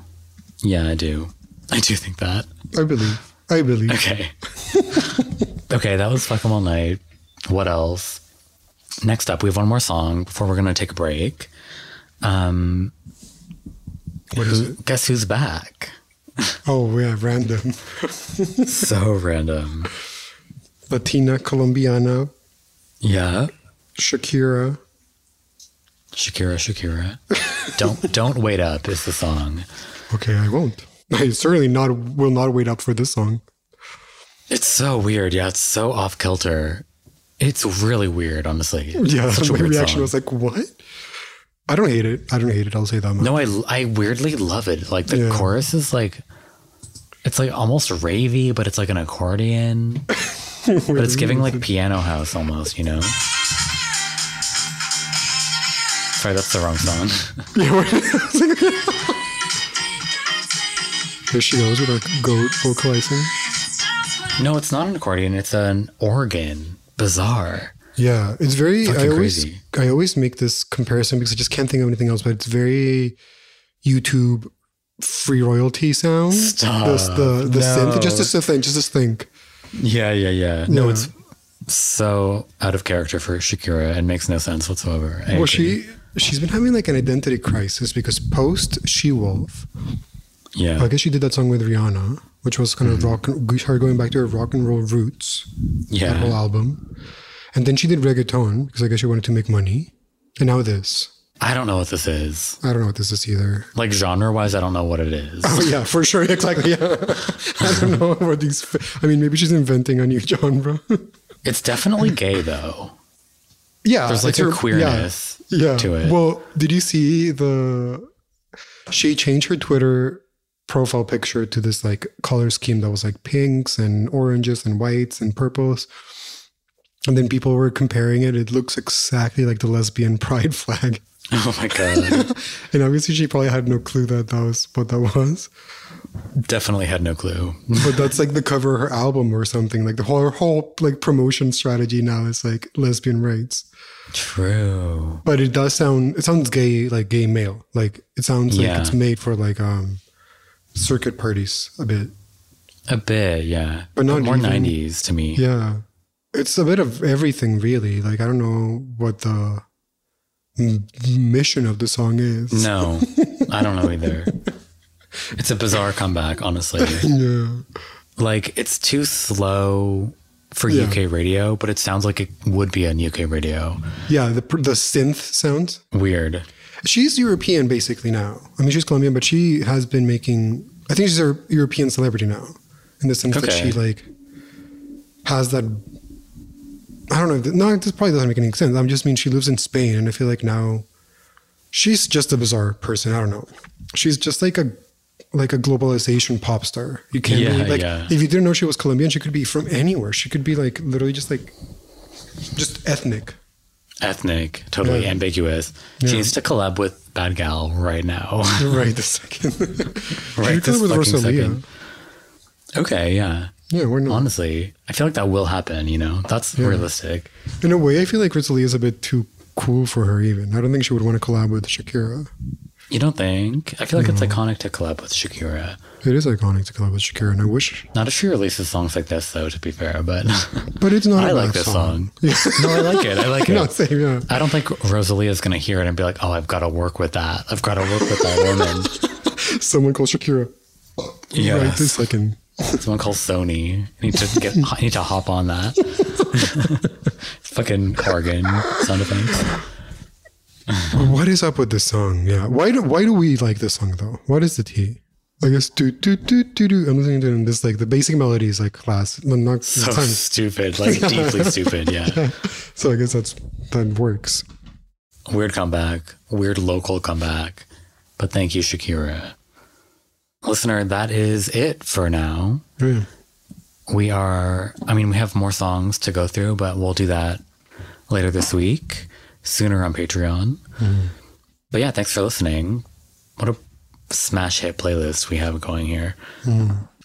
Yeah, I do. I do think that.
I believe. I believe.
Okay. okay, that was Fuck 'em All Night. What else? Next up, we have one more song before we're going to take a break. Um,
What is it?
Guess Who's Back?
Oh, yeah, random.
So random.
Latina, Colombiana,
Yeah.
Shakira.
Shakira, Shakira. Don't don't wait up is the song.
Okay, I won't. I certainly not will not wait up for this song.
It's so weird. Yeah, it's so off kilter. It's really weird, honestly. It's
Yeah,
such a
my
weird
reaction
song.
was like, "What?" I don't hate it. I don't hate it. I'll say that much.
No, I I weirdly love it. Like the
Yeah.
chorus is like it's like almost ravey, but it's like an accordion. but it's giving
Mm-hmm.
like piano house almost, you know. Sorry, that's the wrong song.
Here she goes with her goat vocalizing.
no, it's not an accordion, it's an organ. Bizarre.
Yeah, it's very. I
Fucking
always
crazy.
I always make this comparison because I just can't think of anything else. But it's very YouTube free royalty sound.
Stop.
This- the the synth.
No.
Just this thing. Just this thing.
Yeah, yeah, yeah. No,
Yeah.
it's so out of character for Shakira and makes no sense whatsoever. I
Well,
agree.
she she's been having like an identity crisis because post She Wolf,
Yeah.
I guess she did that song with Rihanna, which was kind
Mm-hmm.
of rock and her going back to her rock and roll roots, that whole
Yeah.
album. And then she did reggaeton because I guess she wanted to make money. And now this.
I don't know what this is.
I don't know what this is either.
Like genre wise, I don't know what it is.
Oh yeah, for sure, exactly. Yeah. I don't know what these. I mean, maybe she's inventing a new genre.
It's definitely gay though.
yeah,
There's like
it's
a
her-
queerness
yeah, yeah.
to it.
Well, did you see the? She changed her Twitter profile picture to this like color scheme that was like pinks and oranges and whites and purples. And then people were comparing it. It looks exactly like the lesbian pride flag.
Oh my god.
And obviously, she probably had no clue that that was what that was.
definitely had no clue.
But that's like the cover of her album or something. Like the whole her whole like promotion strategy now is like lesbian rights.
True.
But it does sound it sounds gay like gay male. Like it sounds like
Yeah.
it's made for like um circuit parties a bit.
A bit, yeah.
But not
more
even-
90s to me.
Yeah. It's a bit of everything really. Like I don't know what the m- mission of the song is.
No, I don't know either. It's a bizarre comeback, honestly.
Yeah.
Like it's too slow for
Yeah.
UK radio, but it sounds like it would be on UK radio.
Yeah, the pr- the synth sounds.
Weird.
She's European basically now. I mean, she's Colombian, but she has been making. I think she's a European celebrity now, in the sense that
Okay.
she like has that. I don't know. No, this probably doesn't make any sense. I am just mean she lives in Spain, and I feel like now she's just a bizarre person. I don't know. She's just like a like a globalization pop star. You can't
Yeah,
really- like
yeah.
if you didn't know she was Colombian, she could be from anywhere. She could be like literally just like just ethnic.
Ethnic, totally
Yeah.
ambiguous. She
Yeah.
needs to collab with Bad Gal right now.
Right this second.
right
She could
this
with
fucking
Rosalia.
second. Okay, yeah.
Yeah, we're not.
Honestly, I feel like that will happen, you know? That's realistic.
In a way, I feel like Rosalia is a bit too cool for her. Even I don't think she would want to collab with Shakira.
You don't think? I feel like it's
Mm-hmm.
iconic to collab with Shakira.
It is iconic to collab with Shakira, and I wish,
Not if she releases songs like this, though, to be fair, but
but it's not. a
I like
bad
this song. no, I like it. I like it.
No, same, yeah.
I don't think Rosalia's going to hear it and be like, oh, I've got to work with that. I've got to work with that woman.
Someone called Shakira. Right this
yes.
second.
Someone calls Sony. I need to get. I need to hop on that. Fucking organ sound effects.
What is up with this song? Yeah. Why do Why do we like this song though? What is the tea? I guess do do do do do. I'm listening to it and this like the basic melody is like class. No, not
So
time.
stupid, like deeply stupid. Yeah.
So I guess that's that works.
Weird comeback. Weird local comeback. But thank you, Shakira. Listener, that is it for now.
Yeah.
We are, I mean, we have more songs to go through, but we'll do that later this week, sooner on Patreon. But yeah, thanks for listening. What a smash hit playlist we have going here.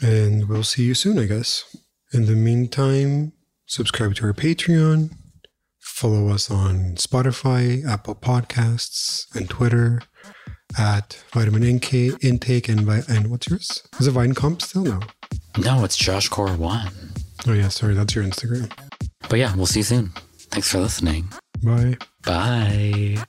And we'll see you soon, I guess. In the meantime, subscribe to our Patreon, follow us on Spotify, Apple Podcasts, and Twitter at Vitamin NK Intake and Vi- and what's yours? Is it Vine Comp still? No.
No, it's Josh Core One.
Oh yeah, sorry, that's your Instagram.
But yeah, we'll see you soon. Thanks for listening.
Bye.
Bye.